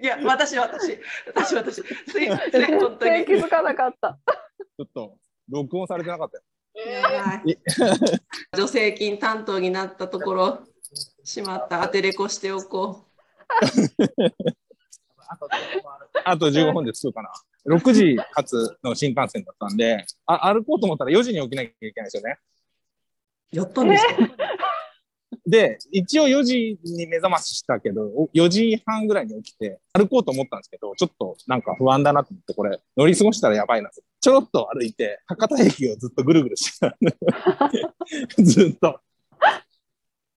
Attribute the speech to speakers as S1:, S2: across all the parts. S1: い や、私、私、私、私、す いません、本
S2: 全
S1: 当に
S2: 然気。づかなかった。
S3: ちょっと、録音されてなかったよ。
S1: はい 助成金担当になったところ、しまった、アテレコしておこ
S3: あと15分で着くかな。6時発の新幹線だったんで、あ歩こうと思ったら4時に起きなきゃいけないんですよね。
S1: う。やったんですか
S3: で、一応4時に目覚まししたけど、お4時半ぐらいに起きて、歩こうと思ったんですけど、ちょっとなんか不安だなと思って、これ、乗り過ごしたらやばいなと。ちょろっと歩いて、博多駅をずっとぐるぐるしてた。 ずっと。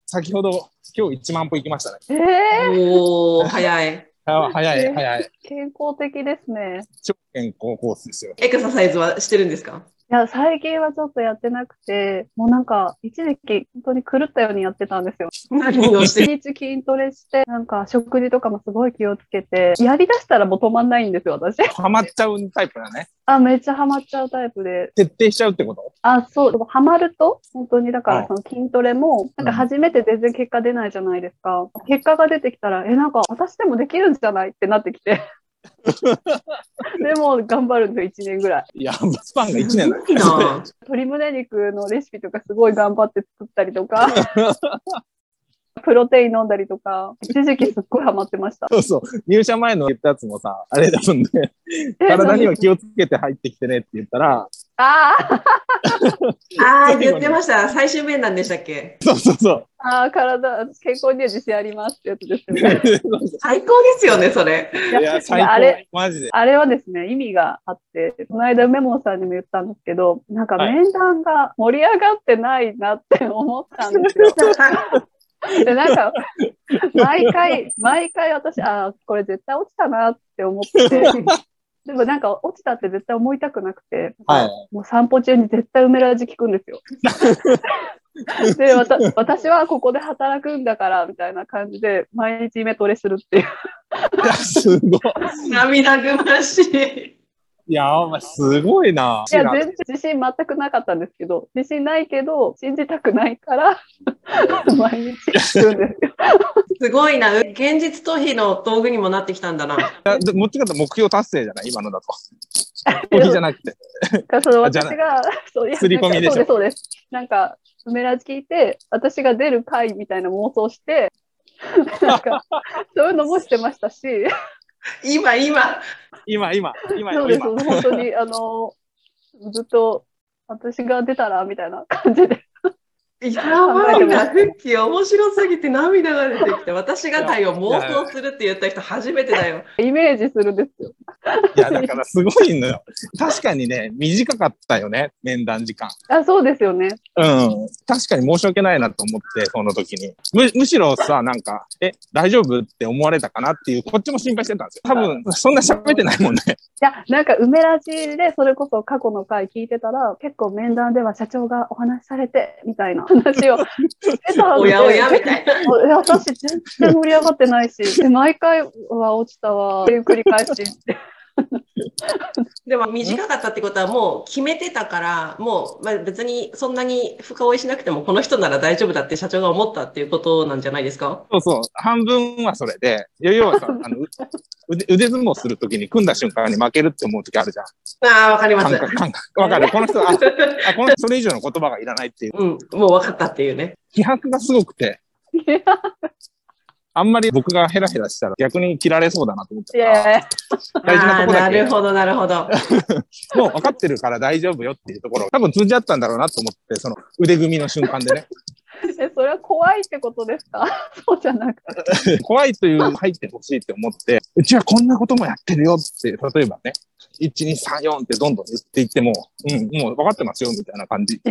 S3: 先ほど、今日1万歩行きましたね。
S2: ええ
S1: おー、早い。
S3: あ早い、早い。
S2: 健康的ですね。
S3: 超健康コースですよ。
S1: エクササイズはしてるんですか
S2: いや、最近はちょっとやってなくて、もうなんか、一時期、本当に狂ったようにやってたんですよ。
S1: 何をして
S2: 一日筋トレして、なんか、食事とかもすごい気をつけて、やりだしたらもう止まんないんですよ、私。
S3: ハマっちゃうタイプだね。
S2: あ、めっちゃハマっちゃうタイプで。
S3: 徹底しちゃうってこと
S2: あ、そう、でもハマると、本当にだか
S3: うん
S2: らその筋トレも、なんか初めて全然結果出ないじゃないですか。結果が出てきたら、え、なんか私でもできるんじゃないってなってき て。でも頑張るんですよ、1年ぐらい。
S3: いや、スパンが1年だよ。
S1: いいな。
S2: 鶏胸肉のレシピとかすごい頑張って作ったりと か。プロテイン飲んだりとか、一時期すっごいハマってました。
S3: そうそう。入社前の言ったやつもさ、あれだもんね。
S2: え
S3: 体には
S2: 何
S3: 気をつけて入ってきてねって言ったら、
S2: あー
S1: ああ、言ってました。最終面談でしたっけ
S3: そうそうそう。
S2: あー、体、健康には自信ありますってやつですよね。
S1: 最高ですよね、それ。
S3: いや、最
S2: あれ
S3: 高。マジで。
S2: あれはですね、意味があって、この間メモさんにも言ったんですけど、なんか
S3: はい
S2: 面談が盛り上がってないなって思ったんです よ。で、なんか、毎回、毎回私、ああ、これ絶対落ちたなって思って、でもなんか落ちたって絶対思いたくなくて、
S3: はい。
S2: もう散歩中に絶対梅ラジ聞くんです よ。で、わた私はここで働くんだから、みたいな感じで、毎日イメトレするっていう。
S3: いやすごい。
S1: 涙ぐましい。
S3: いや、お前すごいな。
S2: いや、全然自信全くなかったんですけど、自信ないけど、信じたくない から、毎日聞くんですよ。
S1: すごいな。現実逃避の道具にもなってきたんだな。
S3: だだ持ってかった目標達成じゃない今のだと。逃避じゃなくて。
S2: だからその
S3: あじゃ
S2: 私
S3: あ
S2: が、そういや
S3: 刷り込みでしょ
S2: なんかそうです、そうです。なんか、梅ラジ聞いて、私が出る回みたいな妄想 して、なんか、そういうのもしてましたし、
S1: 今、今。
S3: 今、今、今、
S2: そうです、
S3: 今。
S2: 本当に、あの、ずっと、私が出たら、みたいな感じで。
S1: やばいな。フッキー面白すぎて涙が出てきて、私が体を妄想するって言った人初めてだ よ。
S2: イメージするんですよ。
S3: いや、だからすごいのよ。確かにね、短かったよね、面談時間。
S2: あ、そうですよね。
S3: うん。確かに申し訳ないなと思って、その時に。む、むしろさ、なんか、え、大丈夫って思われたかなっていう、こっちも心配してたんですよ。多分、そんな喋ってないもんね。
S2: いや、なんか、梅ラジで、それこそ過去の回聞いてたら、結構面談では社長がお話しされて、みたいな話をしてたんで。
S1: おやおやみたいな。
S2: いや私、全然盛り上がってないし、で毎回は落ちたわ、っていう繰り返しって。
S1: でも短かったってことはもう決めてたから、もうまあ別にそんなに深追いしなくてもこの人なら大丈夫だって社長が思ったっていうことなんじゃないですか
S3: そうそう。半分はそれで、いや要 はさ、あの、う腕、腕相撲するときに組んだ瞬間に負けるって思うときあるじゃん。
S1: ああ、わかります
S3: 感。覚、感覚。わかる。この人、あ、あこの人、それ以上の言葉がいらないっていう。
S1: うん、もうわかったっていうね。
S3: 気迫がすごくて、
S2: いや
S3: あんまり僕がヘラヘラしたら逆に切られそうだなと思っ
S2: い
S3: ちゃった
S2: やいや
S3: 大事なとこだけ
S1: あーなるほど、なるほど。
S3: もう分かってるから大丈夫よっていうところ、多分通じ合ったんだろうなと思って、その腕組みの瞬間でね。
S2: えそれは怖いってことですか そうじゃなくて。
S3: 怖いという入ってほしいって思って、うちはこんなこともやってるよって、例えばね、1、2、3、4ってどんどん言っていっても、うん、もう分かってますよみたいな感じ。 いき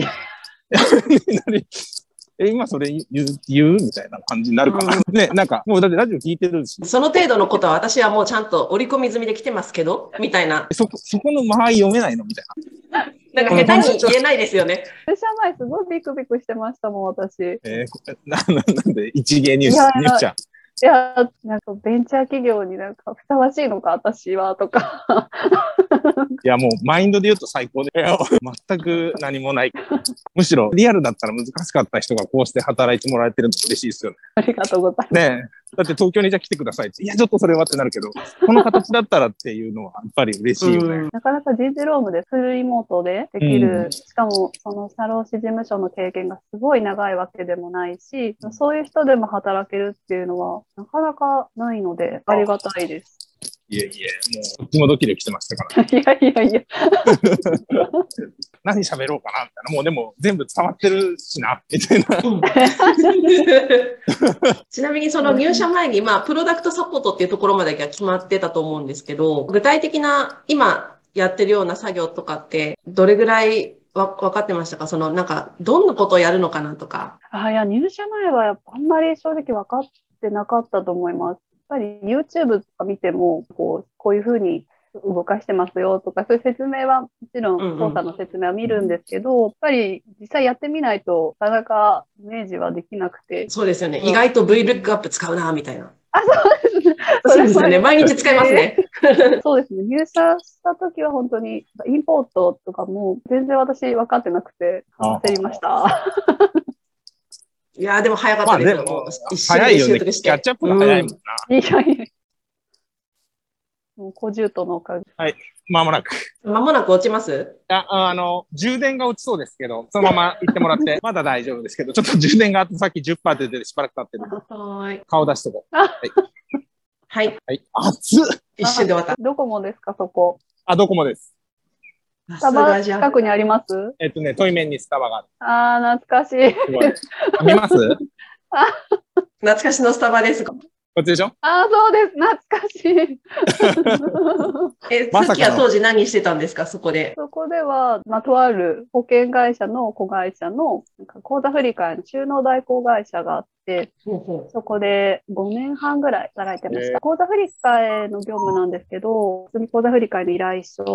S3: なりえ、今それ言う言うみたいな感じになるかな。ね、なんか、もうだってラジオ聞いてるし、
S1: その程度のことは私はもうちゃんと織り込み済みで来てますけど、みたいな。
S3: そこ、そこの間合い読めないのみたい
S1: なんか下手に言えないですよね。
S2: 出社前すごいビクビクしてましたもん、私。い
S3: な。えーこ な、ななんで、一芸ニュース
S2: いや、
S3: ニュースちゃん。
S2: や、なんかベンチャー企業になんかふさわしいのか、私は、とか。
S3: いや、もうマインドで言うと最高で、全く何もない。むしろリアルだったら難しかった人がこうして働いてもらえてるの嬉しいですよね。
S2: ありがとうございます。
S3: ねえ。だって東京にじゃあ来てくださいって。いや、ちょっとそれはってなるけど、この形だったらっていうのはやっぱり嬉しいよね。
S2: なかなか GG ロームでフルリモートでできる、
S3: うん
S2: しかもその社労士事務所の経験がすごい長いわけでもないし、そういう人でも働けるっていうのはなかなかないのでありがたいです。
S3: いえいえ、もう、こっちもドキドキしてましたから。
S2: いやいやいや、
S3: 何喋ろうかなみたいな。もうでも全部伝わってるしな、みたいな。
S1: ちなみにその入社前に、まあ、プロダクトサポートっていうところまでが決まってたと思うんですけど、具体的な今やってるような作業とかって、どれぐらいわ分かってましたかその、なんか、どんなことをやるのかなとか。
S2: あいや入社前はやっぱあんまり正直分かってなかったと思います。やっぱり YouTube とか見てもこうこういうふうに動かしてますよとかそういう説明はもちろ
S1: うんうん
S2: ん操作の説明は見るんですけど、やっぱり実際やってみないとなかなかイメージはできなく て
S1: そうですよね。
S2: うん
S1: 意外と VLOOKUP 使うな、みたいな。
S2: そ
S1: そ
S2: れ
S1: うですよね。毎日使います ね。
S2: そうですね入社した時は本当にインポートとかも全然私分かってなくて
S3: あ
S2: 焦り ました。
S1: いやーでも早かったですよ。もう一瞬
S3: 早
S1: で
S3: いよ
S1: 習
S3: ね。キ
S1: 得して。
S3: ャッチアップが早いもんな。
S2: いやいやいやもう小獣とのおかげ
S3: まもなく。
S1: うん間もなく落ちます
S3: ああの、充電が落ちそうですけど、そのまま行ってもらって、まだ大丈夫ですけど、ちょっと充電があってさっき10%出ててしばらく経ってる。
S1: はい。
S3: 顔出してこう。
S1: はい。
S3: はい。熱っ
S1: 一瞬で終わった。
S2: どこもですかそこ
S3: あ、ドコモです。
S1: さ
S2: ス
S1: す
S2: タバ
S1: がじゃ
S2: 近
S1: ん。
S2: くにあります
S3: えっとね、トイメンにスタバがある。
S2: あー、懐かしい。
S3: すごい。あ見ますこ
S1: 懐かしのスタバです。
S3: っちでしょ
S2: あー、そうです。懐かしい。
S1: え、
S3: ま
S1: さ
S3: さ
S1: っ
S3: かの
S1: きは当時何してたんですかそこで。
S2: そこでは、まあ、とある保険会社の子会社の、なんか口座振り替えの収納代行会社があって、
S1: ほうほ
S2: そこで5年半ぐらい働いてまし
S3: へ
S2: た。口座振り替えの業務なんですけど、普通に口座振り替えの依頼書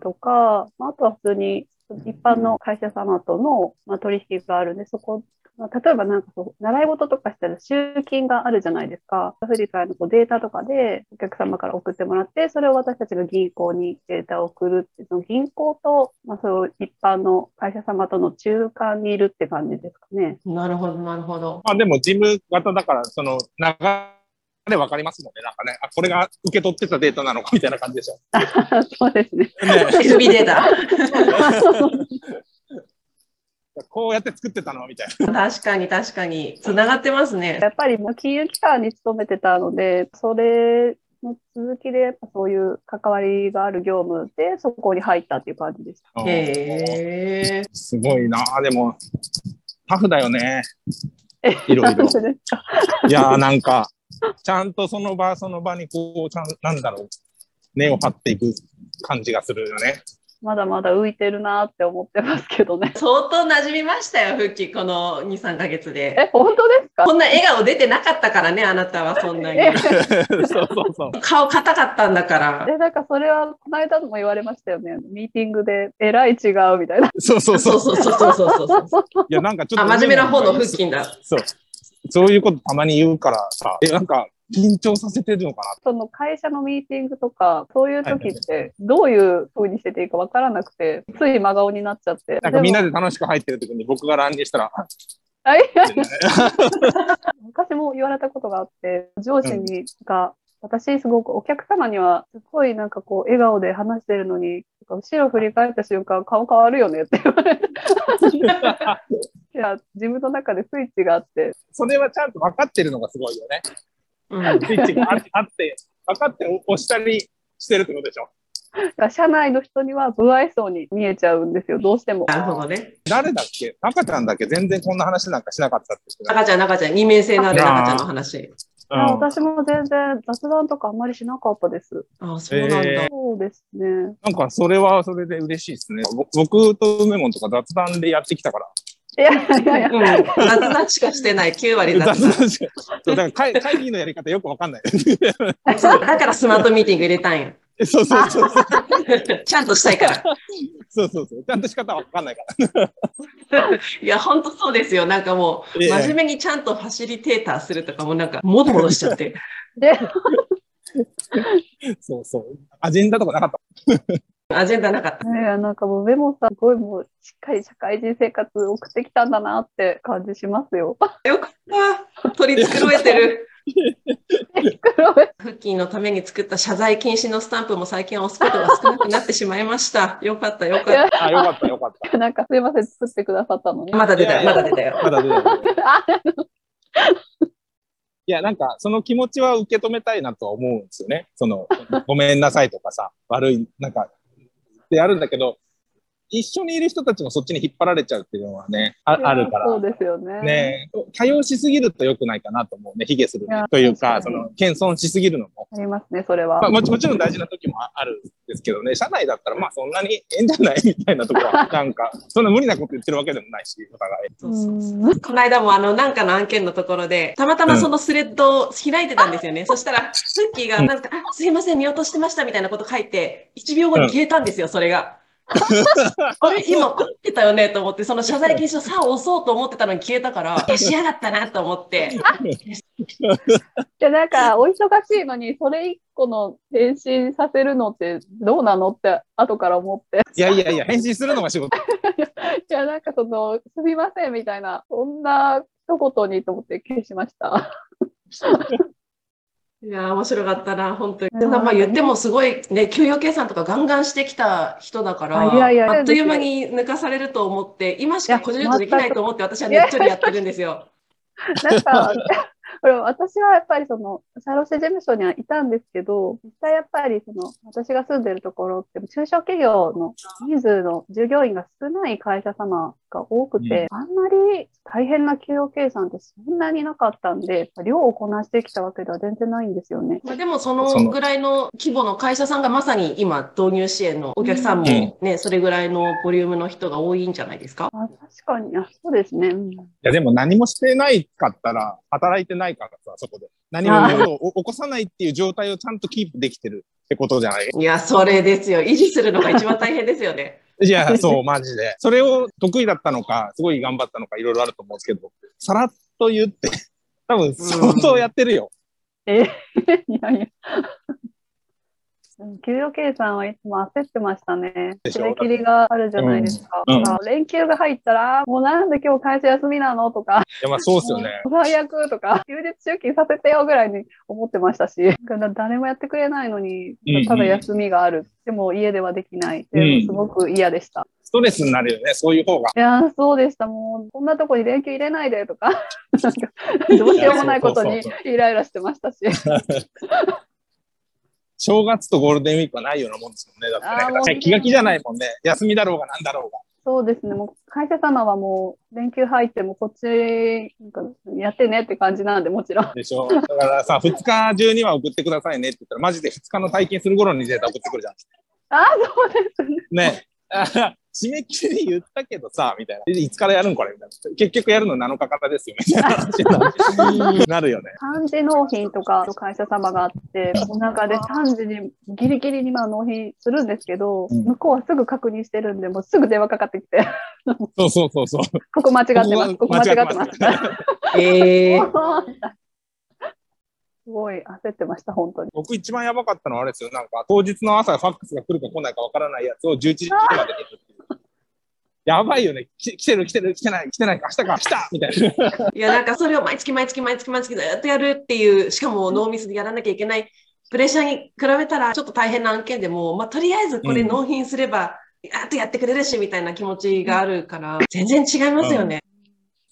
S2: とか、まあ、あとは普通に一般の会社様との、まあ、取引があるんで、そこ、まあ、例えばなんかそう、習い事とかしたら集金があるじゃないですか。口座振り替えのこうデータとかでお客様から送ってもらって、それを私たちが銀行にデータを送るって、その銀行と、まあ、そう一般の会社様との中間にいるって感じですかね。
S1: う。なるほど、なるほど。
S3: まあでも、事務型だから、その、流れ分かりますもんね。なんかね、あ、これが受け取ってたデータなのかみたいな感じでしょ。
S2: そうです ね。
S3: ね
S1: SB データ。
S3: こうやって作ってたのみたいな。
S1: 確かに、確かに。繋がってますね
S2: や。っぱりもう金融機関に勤めてたので、それの続きで、やっぱそういう関わりがある業務で、そこに入ったっていう感じでした。
S1: へえ。
S3: すごいな。でも、タフだよ ね。
S2: え
S3: いろいろ
S2: そうです
S3: いやーなんか、ちゃんとその場その場にこう、ちゃん、なんだろう、根を張っていく感じがするよね。
S2: まだまだ浮いてるなって思ってますけどね。
S1: 相当馴染みましたよ、復帰、この2、3ヶ月で。
S2: え、本当ですか
S1: こんな笑顔出てなかったからね、あなたはそんなに
S2: え。
S3: そうそうそう。
S1: 顔硬かったんだから。
S2: え、なんかそれは、この間も言われましたよね。ミーティングで、えらい違うみたいな。
S3: そうそう
S1: そ
S3: そうう。
S1: そうそうそうそうそう。
S3: いや、なんかちょ
S1: あ、
S3: っと。
S1: 真面目な方の腹筋だ。
S3: そう。そういうことたまに言うからさ、え、なんか、緊張させてるのか
S2: その会社のミーティングとか、そういう時って、どういう風にしてていいかわからなくて、つい真顔になっちゃって。
S3: ななんかみんな
S2: で
S3: で楽しく入ってる時に僕が乱入したら、あ
S2: も。あいやいや
S3: みたい
S2: 昔も言われたことがあって、上司にが、私すごくお客様にはすごいなんかこう笑顔で話してるのに、後ろ振り返った瞬間顔変わるよねって言われて。
S3: な
S2: いや、自分の中でスイッチがあって、
S3: それはちゃんと分かってるのがすごいよね。
S1: うん。
S3: スイッチがああって、分かって押したりしてるってことでしょ。
S2: だから社内の人には不愛想に見えちゃうんですよ、どうしても。
S1: なるほどね。
S3: 誰だっけ赤ちゃんだっけ全然こんな話なんかしなかったって言ってた
S1: 赤ちゃん、赤ちゃん、二面性のある赤ちゃんの話。
S2: いや私も全然雑談とかあんまりしなかったです。
S1: ああ、そうなんだ。
S3: え
S2: そうですね。
S3: なんかそれはそれで嬉しいですね。ぼ僕と梅門とか雑談でやってきたから。
S2: いやいやいや、
S1: うん、雑談しかしてない、9割
S3: 雑
S1: 雑談。
S3: 談しか。 そうだから会会議のやり方よくわかんない。
S1: そうだからスマートミーティング入れたんや。
S3: そうそうそうそう。
S1: ちゃんとしたいから。
S3: そうそうそう。ちゃんと仕方わかんないから。
S1: いや、ほんとそうですよ。なんかもう、
S3: ええ
S1: 真面目にちゃんとファシリテーターするとかも、なんか、もどもどしちゃって。
S2: で、
S3: そうそう。アジェンダとかなかった。
S1: アジェンダなかった。
S2: ねえ、なんかもうメモさん、すごいもう、しっかり社会人生活送ってきたんだなって感じしますよ。
S1: よかった。取り繕えてる。
S2: 黒い
S1: フッキーのために作った謝罪禁止のスタンプも最近は押すことが少なくなってしまいました。よかった、よかっ
S3: あ、よかった、よかった。
S2: なんかすいません、作ってくださったのに。
S1: た。まだ出たよ、まだ出たよ。
S3: まだ出てない
S2: あ
S3: いや、なんか、その気持ちは受け止めたいなとは思うんですよね。その、 ごめんなさいとかさ、悪い、なんか、ってあるんだけど、一緒にいる人たちもそっちに引っ張られちゃうっていうのはね、ああるから。
S2: そうですよね。
S3: ね多用しすぎると良くないかなと思うね、卑下する
S2: い
S3: ね
S2: や
S3: というか、
S2: 確
S3: そ
S2: かに
S3: の、謙遜しすぎるのも。
S2: ありますね、それは。
S3: まあ、もちもちろん大事な時もああるんですけどね、社内だったら、まあそんなにええんじゃないみたいなとこは、なんか、そんな無理なこと言ってるわけでもないし、お互い。
S1: そうそうそう
S2: うん
S1: この間もあの、なんかの案件のところで、たまたまそのスレッドを開いてたんですよね。そしたら、フッキーがなんか、あすいません、見落としてましたみたいなこと書いて、1秒後に消えたんですよ、それ が。あれ今、書いてたよねと思って、その謝罪禁止の3を押そうと思ってたのに消えたから、消しやがったなと思って、
S2: いや、なんか、お忙しいのに、それ一個の返信させるのってどうなのって、後から思って。
S3: いやいやいや、返信するのが仕事。
S2: いや、なんかその、すみませんみたいな、そんな一言にと思って消しました。
S1: いやー、面白かったな、本当に。
S2: うん
S1: まあ言ってもすごいね、給与計算とかガンガンしてきた人だから、
S2: あいやいや
S1: あっという間に抜かされると思って、今しかこじることできないと思って、私はねっちょりやってるんですよ。
S2: なんか、 これ私はやっぱりその、社労士事務所にはいたんですけど、実際やっぱりその、私が住んでるところって、中小企業の人数の従業員が少ない会社様が多くて、あんまり大変な給与計算ってそんなになかったんで、やっぱ量をこなしてきたわけでは全然ないんですよね。
S1: まあ、でもそ
S3: そ
S1: の
S3: の
S1: ぐらいの規模の会社さんがまさに今導入支援のお客さんもね、それぐらいのボリュームの人が多いんじゃないですか。
S2: あ、確かに、あ、そうですね。うん、
S3: いや、でも何もしてないかったら、働いてないからさ、そこで。何もねおお起こさないっていう状態をちゃんとキープできてるってことじゃない
S1: いや、それですよ。維持するのが一番大変ですよね。
S3: いや、そう、マジで。それを得意だったのか、すごい頑張ったのか、いろいろあると思うんですけど、さらっと言って、 多分相当やってるよ。
S2: え、 いやいや。うん給与計算はいつも焦ってましたね。
S3: でし
S2: 締
S3: ょ
S2: め切りがあるじゃないですか。
S3: うんうん
S2: だから連休が入ったら、もうなんで今日会社休みなのとか、
S3: いや、まあそうですよね。
S2: もう最悪とか、休日出勤させてよぐらいに思ってましたし、だから誰もやってくれないのに
S3: うんうん、
S2: ただ休みがある。でも家ではできない。
S3: うん
S2: でもすごく嫌でした。
S3: ストレスになるよね、そういう方が。
S2: いやー、そうでした。もう、こんなとこに連休入れないでと か、なんか、どうしようもないこと
S3: いや
S2: に
S3: そうそう
S2: イライラしてましたし。
S3: 正月とゴールデンウィークはないようなもんですもんね。だって
S2: あー
S3: ね確かに気が気じゃないもんね。休みだろうがなんだろうが。
S2: そうですね。もう、会社様はもう、連休入っても、こっち、なんか、やってねって感じなんで、もち ろん。
S3: でしょだからさ、2日中には送ってくださいねって言ったら、マジで2日の体験する頃にデータ送ってくるじゃん。
S2: ああ、そうですね。
S3: ね。あー締め切り言ったけどさ、みたいな。でいつからやるんこれみたいな。結局やるの7日からですよ、みたいな話に なるなるよね。
S2: 3時納品とか、会社様があって、その中で3時に、ギリギリにまあ納品するんですけど、
S3: うん
S2: 向こうはすぐ確認してるんで、もうすぐ電話かかってきて、
S3: そうそうそうそう。
S2: ここ間違ってます。ここ間違ってます。
S1: ええー。
S2: すごい焦ってました、本当に。
S3: 僕一番やばかったのはあれですよ。なんか当日の朝ファックスが来るか来ないかわからないやつを11時までにやるっていう。やばいよね。き来てる来てる来てない来てない明日か来たみたいな。
S1: いや、なんかそれを毎月毎月毎月毎月ずっとやるっていう、しかもノーミスでやらなきゃいけないプレッシャーに比べたら、ちょっと大変な案件でも、まあ、とりあえずこれ
S3: うん
S1: 納品すれば、やっとやってくれるし、みたいな気持ちがあるから、全然違いますよね。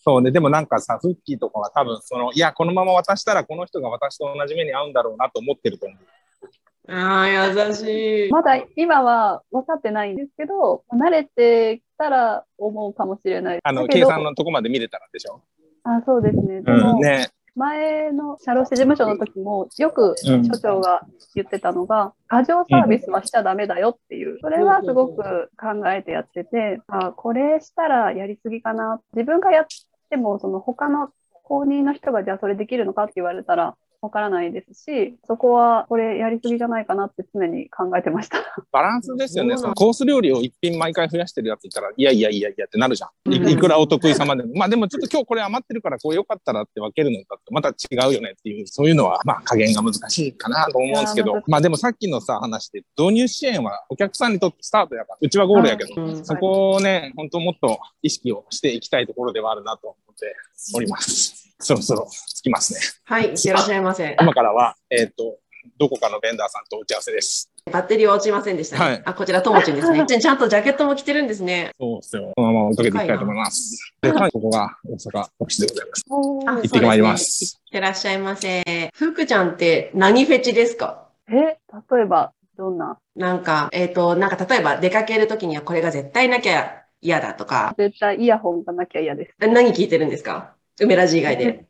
S3: そうね。でもなんかさ、フッキーとかは多分その、いや、このまま渡したらこの人が私と同じ目に遭うんだろうなと思ってると思う。
S1: ああ、優しい。
S2: まだ今は分かってないんですけど、慣れてきたら思うかもしれない。
S3: あの、
S2: だけ
S3: 計
S2: ど
S3: 算のとこまで見れたらでしょ。
S2: あ、そうですね。で
S3: うん。
S2: も、
S3: ね。
S2: 前の社労士事務所の時も、よく
S3: うん
S2: 所長が言ってたのが、過剰サービスはしちゃダメだよっていう。それはすごく考えてやってて、あ、これしたらやりすぎかな。自分がやっても、その他の公認の人がじゃあそれできるのかって言われたら、わからないですし、そこはこれやりすぎじゃないかなって常に考えてました。
S3: バランスですよ
S1: そ
S3: ね。
S1: う
S3: そ
S1: な
S3: の
S1: の
S3: コース料理を一品毎回増やしてるやついたら、いやいやいやいやってなるじゃん。
S1: うん
S3: いいくらお得意様でも。まあでもちょっと今日これ余ってるから、こうよかったらって分けるのだって、また違うよねっていう、そういうのは、まあ加減が難しいかなと思うんですけ
S2: いや
S3: ど
S2: ー。
S3: まあでもさっきのさ、話で、導入支援はお客さんにとってスタートやから、うちはゴール やけど、
S1: うん
S3: そこをね、本当もっと意識をしていきたいところではあるなと思っております。そろそろ着きますね。
S1: はい、いってらっしゃいませ。
S3: 今からは、えっ、と、どこかのベンダーさんと打ち合わせです。
S1: バッテリーは落ちませんでしたね。
S3: はい
S1: あ、こちらともちんですね。ちゃんとジャケットも着てるんですね。
S3: そうですよ。このまま追いかけていきたいと思います。で、はい、ここが大阪オフィスでございます。
S1: あ
S3: 行ってまいります。
S1: いってらっしゃいませ。ふくちゃんって何フェチですか
S2: え、例えば、どんな
S1: なんか、えっ、と、なんか例えば出かけるときにはこれが絶対なきゃ嫌だとか、
S2: 絶対イヤホンがなきゃ嫌です。
S1: 何聞いてるんですか梅ラジ以外で。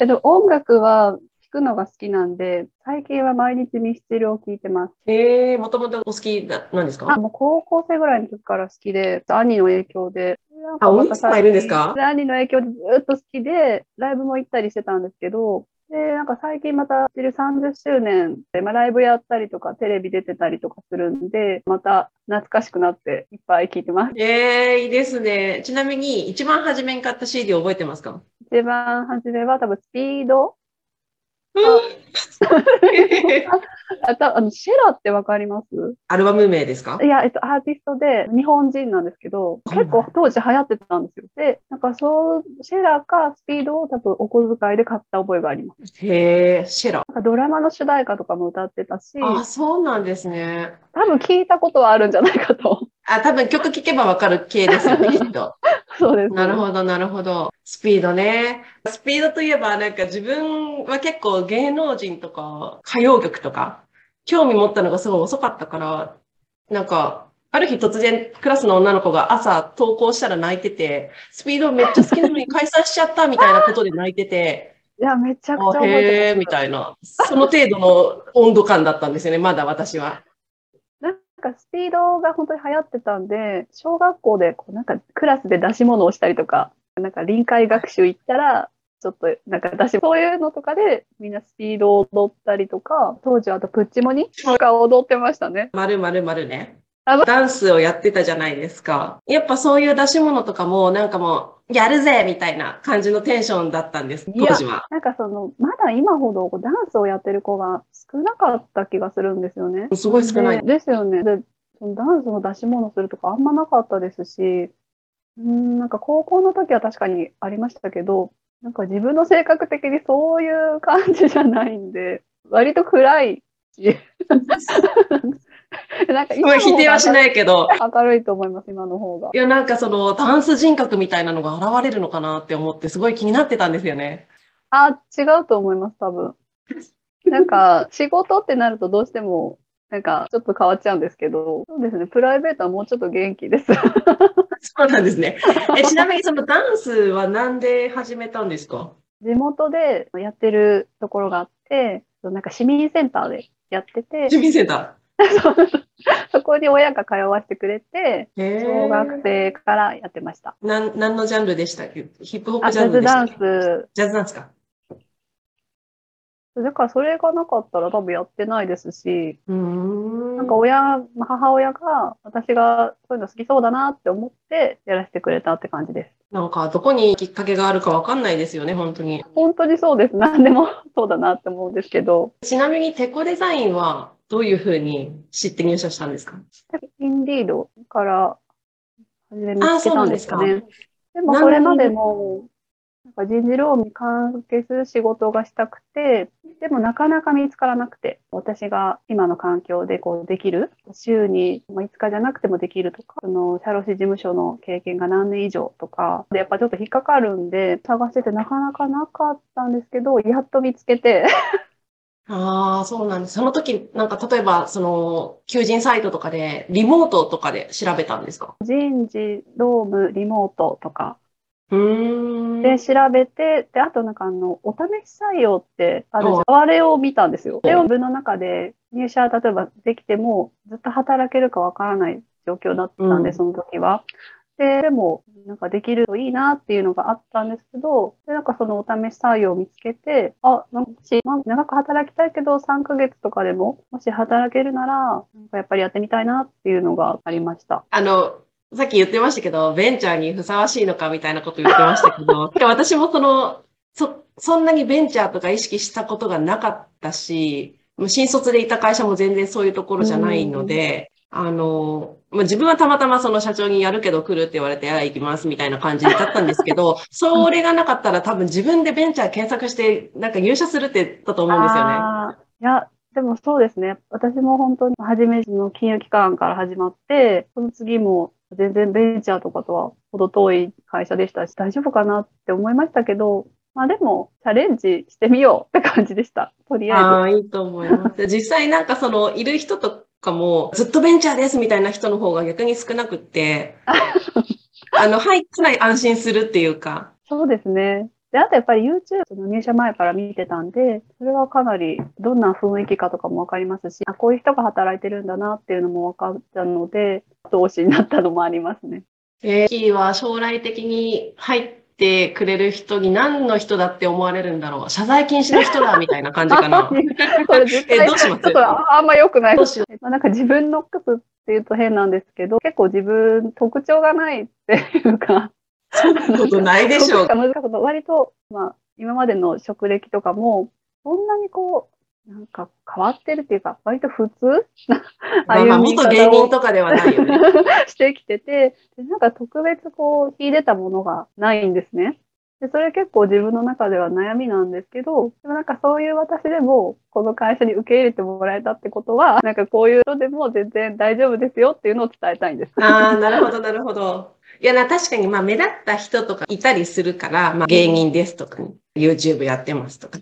S2: えっと、音楽は聴くのが好きなんで、最近は毎日ミスチルを聴いてます。
S1: えー、もともとお好きななんです
S2: あ、
S1: か
S2: もう高校生ぐらいの時から好きで、兄の影響で。
S1: あお兄さんがいるんですか
S2: で兄の影響でずっと好きで、ライブも行ったりしてたんですけど、で、なんか最近また、ミスチル30周年で、まあ、ライブやったりとか、テレビ出てたりとかするんで、また懐かしくなっていっぱい聴いてます。
S1: えー、いいですね。ちなみに、一番初めに買った CD 覚えてますか
S2: 一番初めは多分スピードあたあのシェラってわかります
S1: アルバム名ですか
S2: いや、えっと、アーティストで日本人なんですけど、
S1: そうなん
S2: 結
S1: だ
S2: 構当時流行ってたんですよ。で、なんかそう、シェラかスピードを多分お小遣いで買った覚えがあります。
S1: へー、シェラ。
S2: なんかドラマの主題歌とかも歌ってたし、
S1: あ、
S2: 多
S1: そうなんですね。
S2: 分聞いたことはあるんじゃないかと。
S1: あ、多分曲聴けばわかる系ですよね、きっと。
S2: そうです。
S1: なる
S2: ど。
S1: ほど、なるほど。スピードね。スピードといえば、なんか自分は結構芸能人とか、歌謡曲とか、興味持ったのがすごい遅かったから、なんか、ある日突然クラスの女の子が朝登校したら泣いてて、スピードめっちゃ好きなのに解散しちゃったみたいなことで泣いてて、
S2: いや、めちゃくちゃ
S1: あ
S2: 覚
S1: へ
S2: え
S1: え、
S2: て
S1: み
S2: ます。
S1: たいな。その程度の温度感だったんですよね、まだ私は。
S2: なんかスピードが本当に流行ってたんで、小学校でこうなんかクラスで出し物をしたりとか、なんか臨海学習行ったら、ちょっとなんか出しそういうのとかでみんなスピードを踊ったりとか、当時はあとプッチモニとか踊ってましたね。
S1: まるまるまるね
S2: あ。
S1: ダンスをやってたじゃないですか。やっぱそういう出し物とかも、なんかもう、やるぜみたいな感じのテンションだったんです、
S2: いや
S1: 当時は。
S2: なんかその、まだ今ほどこうダンスをやってる子が少なかった気がするんですよね。
S1: すごい少ない。
S2: でですよね。で、そのダンスの出し物するとかあんまなかったですし、うん、なんか高校の時は確かにありましたけど、なんか自分の性格的にそういう感じじゃないんで、割と暗いし、 なんか
S1: すごい否定はし
S2: い。
S1: ないけど。
S2: 明るいと思います、今の方が
S1: い。や、なんかその、ダンス人格みたいなのが現れるのかなって思って、すごい気になってたんですよね。
S2: あ、違うと思います、多分。なんか、仕事ってなるとどうしても、なんか、ちょっと変わっちゃうんですけど、そうですね、プライベートはもうちょっと元気です。
S1: そうなんです ね。え、ちなみにそのダンスはなんで始めたんですか
S2: 地元でやってるところがあって、なんか市民センターでやってて、
S1: 市民センタ
S2: そこに親が通わせてくれて、
S1: ー。へ
S2: 小学
S1: ー。
S2: 生からやってました。
S1: なん、何のジャンルでしたっけヒップホッ
S2: あ、
S1: プ
S2: ジ
S1: ジャ
S2: ャ
S1: ンル
S2: ズ
S1: でし
S2: ダ
S1: たっ
S2: ン
S1: け
S2: ス。
S1: ジャズダンスか。
S2: だからそれがなかったら多分やってないですし、
S1: うーん。
S2: なんか親、母親が私がそういうの好きそうだなって思ってやらせてくれたって感じです。
S1: なんか、どこにきっかけがあるかわかんないですよね、本当に。
S2: 本当にそうです。何でもそうだなって思うんですけど、
S1: ちなみに、テコデザインは、どういうふうに知って入社したんですか
S2: インディードから初め見つけたんですか
S1: あそうな
S2: ね。でも
S1: なるほど
S2: それまでも、なんか人事労務に関係する仕事がしたくて、でもなかなか見つからなくて、私が今の環境でこうできる、週にまあ5日じゃなくてもできるとか、その、社労士事務所の経験が何年以上とか、で、やっぱちょっと引っかかるんで、探しててなかなかなかったんですけど、やっと見つけて、
S1: ああ、そうなんです。その時、なんか、例えば、その、求人サイトとかで、リモートとかで調べたんですか
S2: 人事、労務、リモートとか
S1: うーん。
S2: で調べて、で、あとなんかあの、お試し採用ってあるじゃんあれを見たんですよ。
S1: うん
S2: で、自分の中で入社、例えばできても、ずっと働けるかわからない状況だったんで、
S1: うん
S2: その時は。定でもなんかできるといいなっていうのがあったんですけど、でなんかそのお試し採用を見つけて、あ、なんかもし、まあ長く働きたいけど3ヶ月とかでも、もし働けるなら、なんかやっぱりやってみたいなっていうのがありました。
S1: あの、さっき言ってましたけど、ベンチャーにふさわしいのかみたいなこと言ってましたけど、てか私もその、そ、そんなにベンチャーとか意識したことがなかったし、もう新卒でいた会社も全然そういうところじゃないので、あの、まあ、自分はたまたまその社長にやるけど来るって言われて、ああ、行きますみたいな感じだったんですけど、それがなかったら多分自分でベンチャー検索して、なんか入社するって言ったと思うんですよね。
S2: あーいや、でもそうですね。私も本当に初めの金融機関から始まって、その次も全然ベンチャーとかとは程遠い会社でしたし、大丈夫かなって思いましたけど、まあでもチャレンジしてみようって感じでした。とりあ
S1: ああ、いいと思います。実際なんかその、いる人とかも、ずっとベンチャーですみたいな人の方が逆に少なく って、あの、入ってない安心するっていうか
S2: え、ず。そうですね。で、あとやっぱり YouTube の入社前から見てたんで、それはかなりどんな雰囲気かとかもわかりますし、あ、こういう人が働いてるんだなっていうのもわかったので、後押しになったのもありますね。
S1: えー、キーは将来的に入ってくれる人に何の人だって思われるんだろう。謝罪禁止の人だみたいな感じか な。
S2: これ絶対
S1: えどうします
S2: ちょっとああんま良くない
S1: どうしよ
S2: まあなんか自分の靴っていうと変なんですけど、結構自分特徴がないっていうか、
S1: うことないでしょう。
S2: 難しいこと割と、まあ、今までの職歴とかも、そんなにこう、なんか変わってるっていうか、割と普通
S1: ま あまあ、元芸人とかではないよね。
S2: してきてて、でなんか特別こう、秀でたものがないんですね。で、それ結構自分の中では悩みなんですけど、でもなんかそういう私でも、この会社に受け入れてもらえたってことは、なんかこういう人でも全然大丈夫ですよっていうのを伝えたいんです。
S1: ああ、なるほど、なるほど。いやな、確かに、まあ、目立った人とかいたりするから、まあ、芸人ですとか、ね、YouTube やってますとか。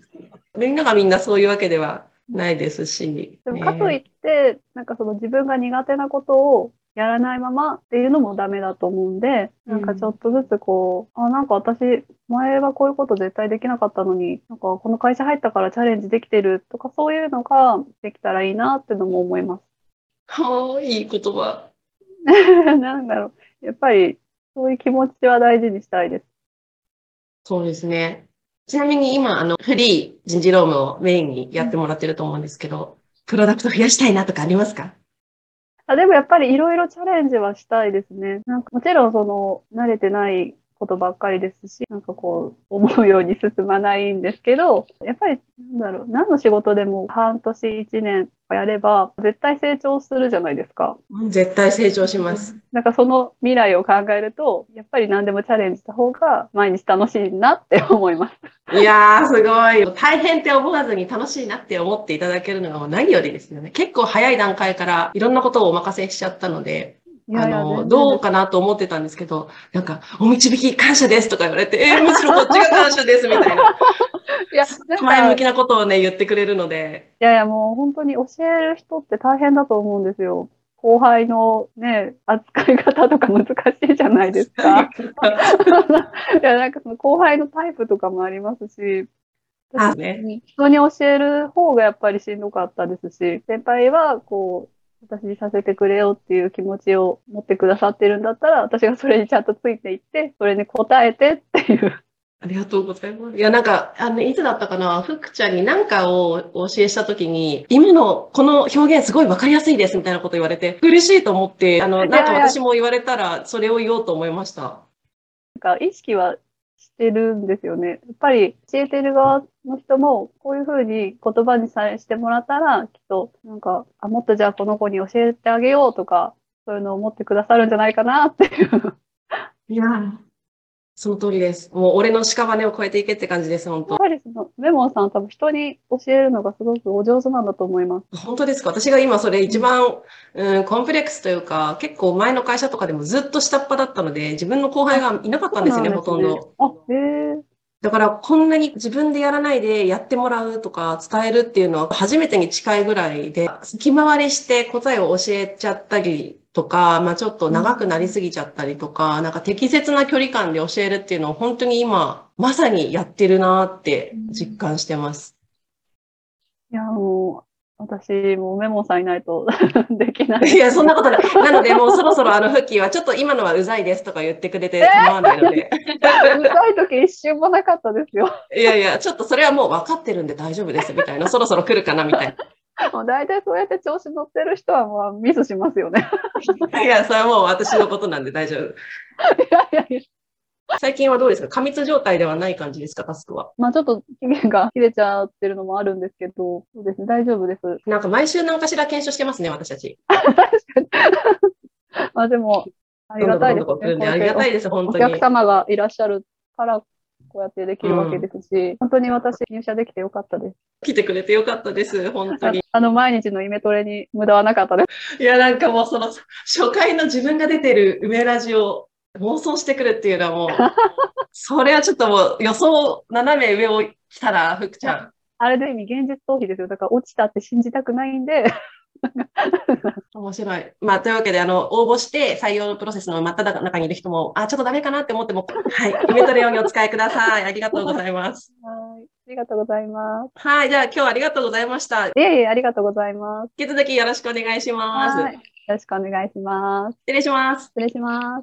S1: みんながみんなそういうわけではないですし。
S2: でもかといって、なんかその自分が苦手なことをやらないままっていうのもダメだと思うんで、
S1: うん
S2: なんかちょっとずつこう、あ、なんか私、前はこういうこと絶対できなかったのに、なんかこの会社入ったからチャレンジできてるとか、そういうのができたらいいなってのも思います。
S1: はあ、いい言葉。
S2: なんだろう。やっぱり、そういう気持ちは大事にしたいです。
S1: そうですね。ちなみに今、あの、フリー人事ロームをメインにやってもらってると思うんですけど、プロダクト増やしたいなとかありますか
S2: あでもやっぱりいろいろチャレンジはしたいですね。なんかもちろんその慣れてないことばっかりですし、なんかこう思うように進まないんですけど、やっぱりなんだろう、何の仕事でも半年一年やれば絶対成長するじゃないですか。
S1: 絶対成長します。
S2: なんかその未来を考えると、やっぱり何でもチャレンジした方が毎日楽しいなって思います。
S1: いやー、すごい。大変って思わずに楽しいなって思っていただけるのがもう何よりですよね。結構早い段階からいろんなことをお任せしちゃったので、
S2: いやいや
S1: あ
S2: 全
S1: の、
S2: 然
S1: どうかなと思ってたんですけど、なんか、お導き感謝ですとか言われて、え ーむしろこっちが感謝ですみたいな、
S2: いや、なんか
S1: 前向きなことをね、言ってくれるので、
S2: いやいや、もう本当に教える人って大変だと思うんですよ。後輩のね、扱い方とか難しいじゃないですか。いや、なんかその後輩のタイプとかもありますし、
S1: あね、
S2: 人に教える方がやっぱりしんどかったですし、先輩はこう、私にさせてくれよっていう気持ちを持ってくださってるんだったら、私がそれにちゃんとついていって、それに応えてっていう。
S1: ありがとうございます。いや、なんか、あの、いつだったかな、ふくちゃんに何かをお教えしたときに、今のこの表現すごいわかりやすいですみたいなこと言われて、嬉しいと思って、あの、なんか
S2: いやいや
S1: 私も言われたら、それを言おうと思いました。
S2: なんか意識はしてるんですよね。やっぱり教えてる側の人も、こういうふうに言葉にさえしてもらったら、きっと、なんか、あ、もっとじゃあこの子に教えてあげようとか、そういうのを思ってくださるんじゃないかなって いう。
S1: いやーその通りです。もう俺の屍を越えていけって感じです、本
S2: やっ
S1: 当
S2: ぱりその、メモンさんは多分人に教えるのがすごくお上手なんだと思います。
S1: 本当ですか私が今それ一番、うん、コンプレックスというか、結構前の会社とかでもずっと下っ端だったので、自分の後輩がいなかったんですよね、ほとんど。
S2: あ、へえ。
S1: だからこんなに自分でやらないでやってもらうとか伝えるっていうのは初めてに近いぐらいで、先回りして答えを教えちゃったりとか、まあちょっと長くなりすぎちゃったりとか、なんか適切な距離感で教えるっていうのを本当に今、まさにやってるなーって実感してます。
S2: いや、もう、私、もうメモさんいないと できない。
S1: いや、そんなことない。なので、もうそろそろあの、フッキーは、ちょっと今のはうざいですとか言ってくれて構わないので。
S2: うざい時一瞬もなかったですよ。
S1: いやいや、ちょっとそれはもう分かってるんで大丈夫ですみたいな。そろそろ来るかなみたい
S2: もう大体そうやって調子乗ってる人はもうミスしますよね。
S1: な。いや、それはもう私のことなんで大丈夫。
S2: いやいやいや。
S1: 最近はどうですか過密状態ではない感じですかタスクは。
S2: まあちょっと期限が切れちゃってるのもあるんですけど、そうですね、大丈夫です。
S1: なんか毎週何かしら検証してますね、私たち。
S2: まあでも、あ
S1: あ
S2: りがたいですね。
S1: ありがたいです、本
S2: お
S1: 当
S2: 客
S1: に。
S2: 様がいらっしゃるから、こうやってできるわけですし、本当に私入社できてよかったです。
S1: 来てくれてよかったです、本当
S2: あ
S1: に。
S2: あの、毎日のイメトレに無駄はなかったです。
S1: いや、なんかもうその、初回の自分が出てる梅ラジを妄想してくるっていうのは もう、それはちょっともう予想斜め上を来たら、福ちゃん。
S2: あれで意味現実逃避ですよ。だから落ちたって信じたくないんで、
S1: 面白い。まあ、というわけで、あの、応募して採用のプロセスの真っ只中にいる人も、あ、ちょっとダメかなって思っても、はい、イメトレ用にお使いください。ありがとうございます。
S2: はい。ありがとうございます。
S1: はい、じゃあ今日はありがとうございました。引
S2: いえいえ、ありがとうございます。
S1: き続きよろしくお願いします。
S2: はい。よろしくお願いします。
S1: 失礼します。
S2: 失礼します。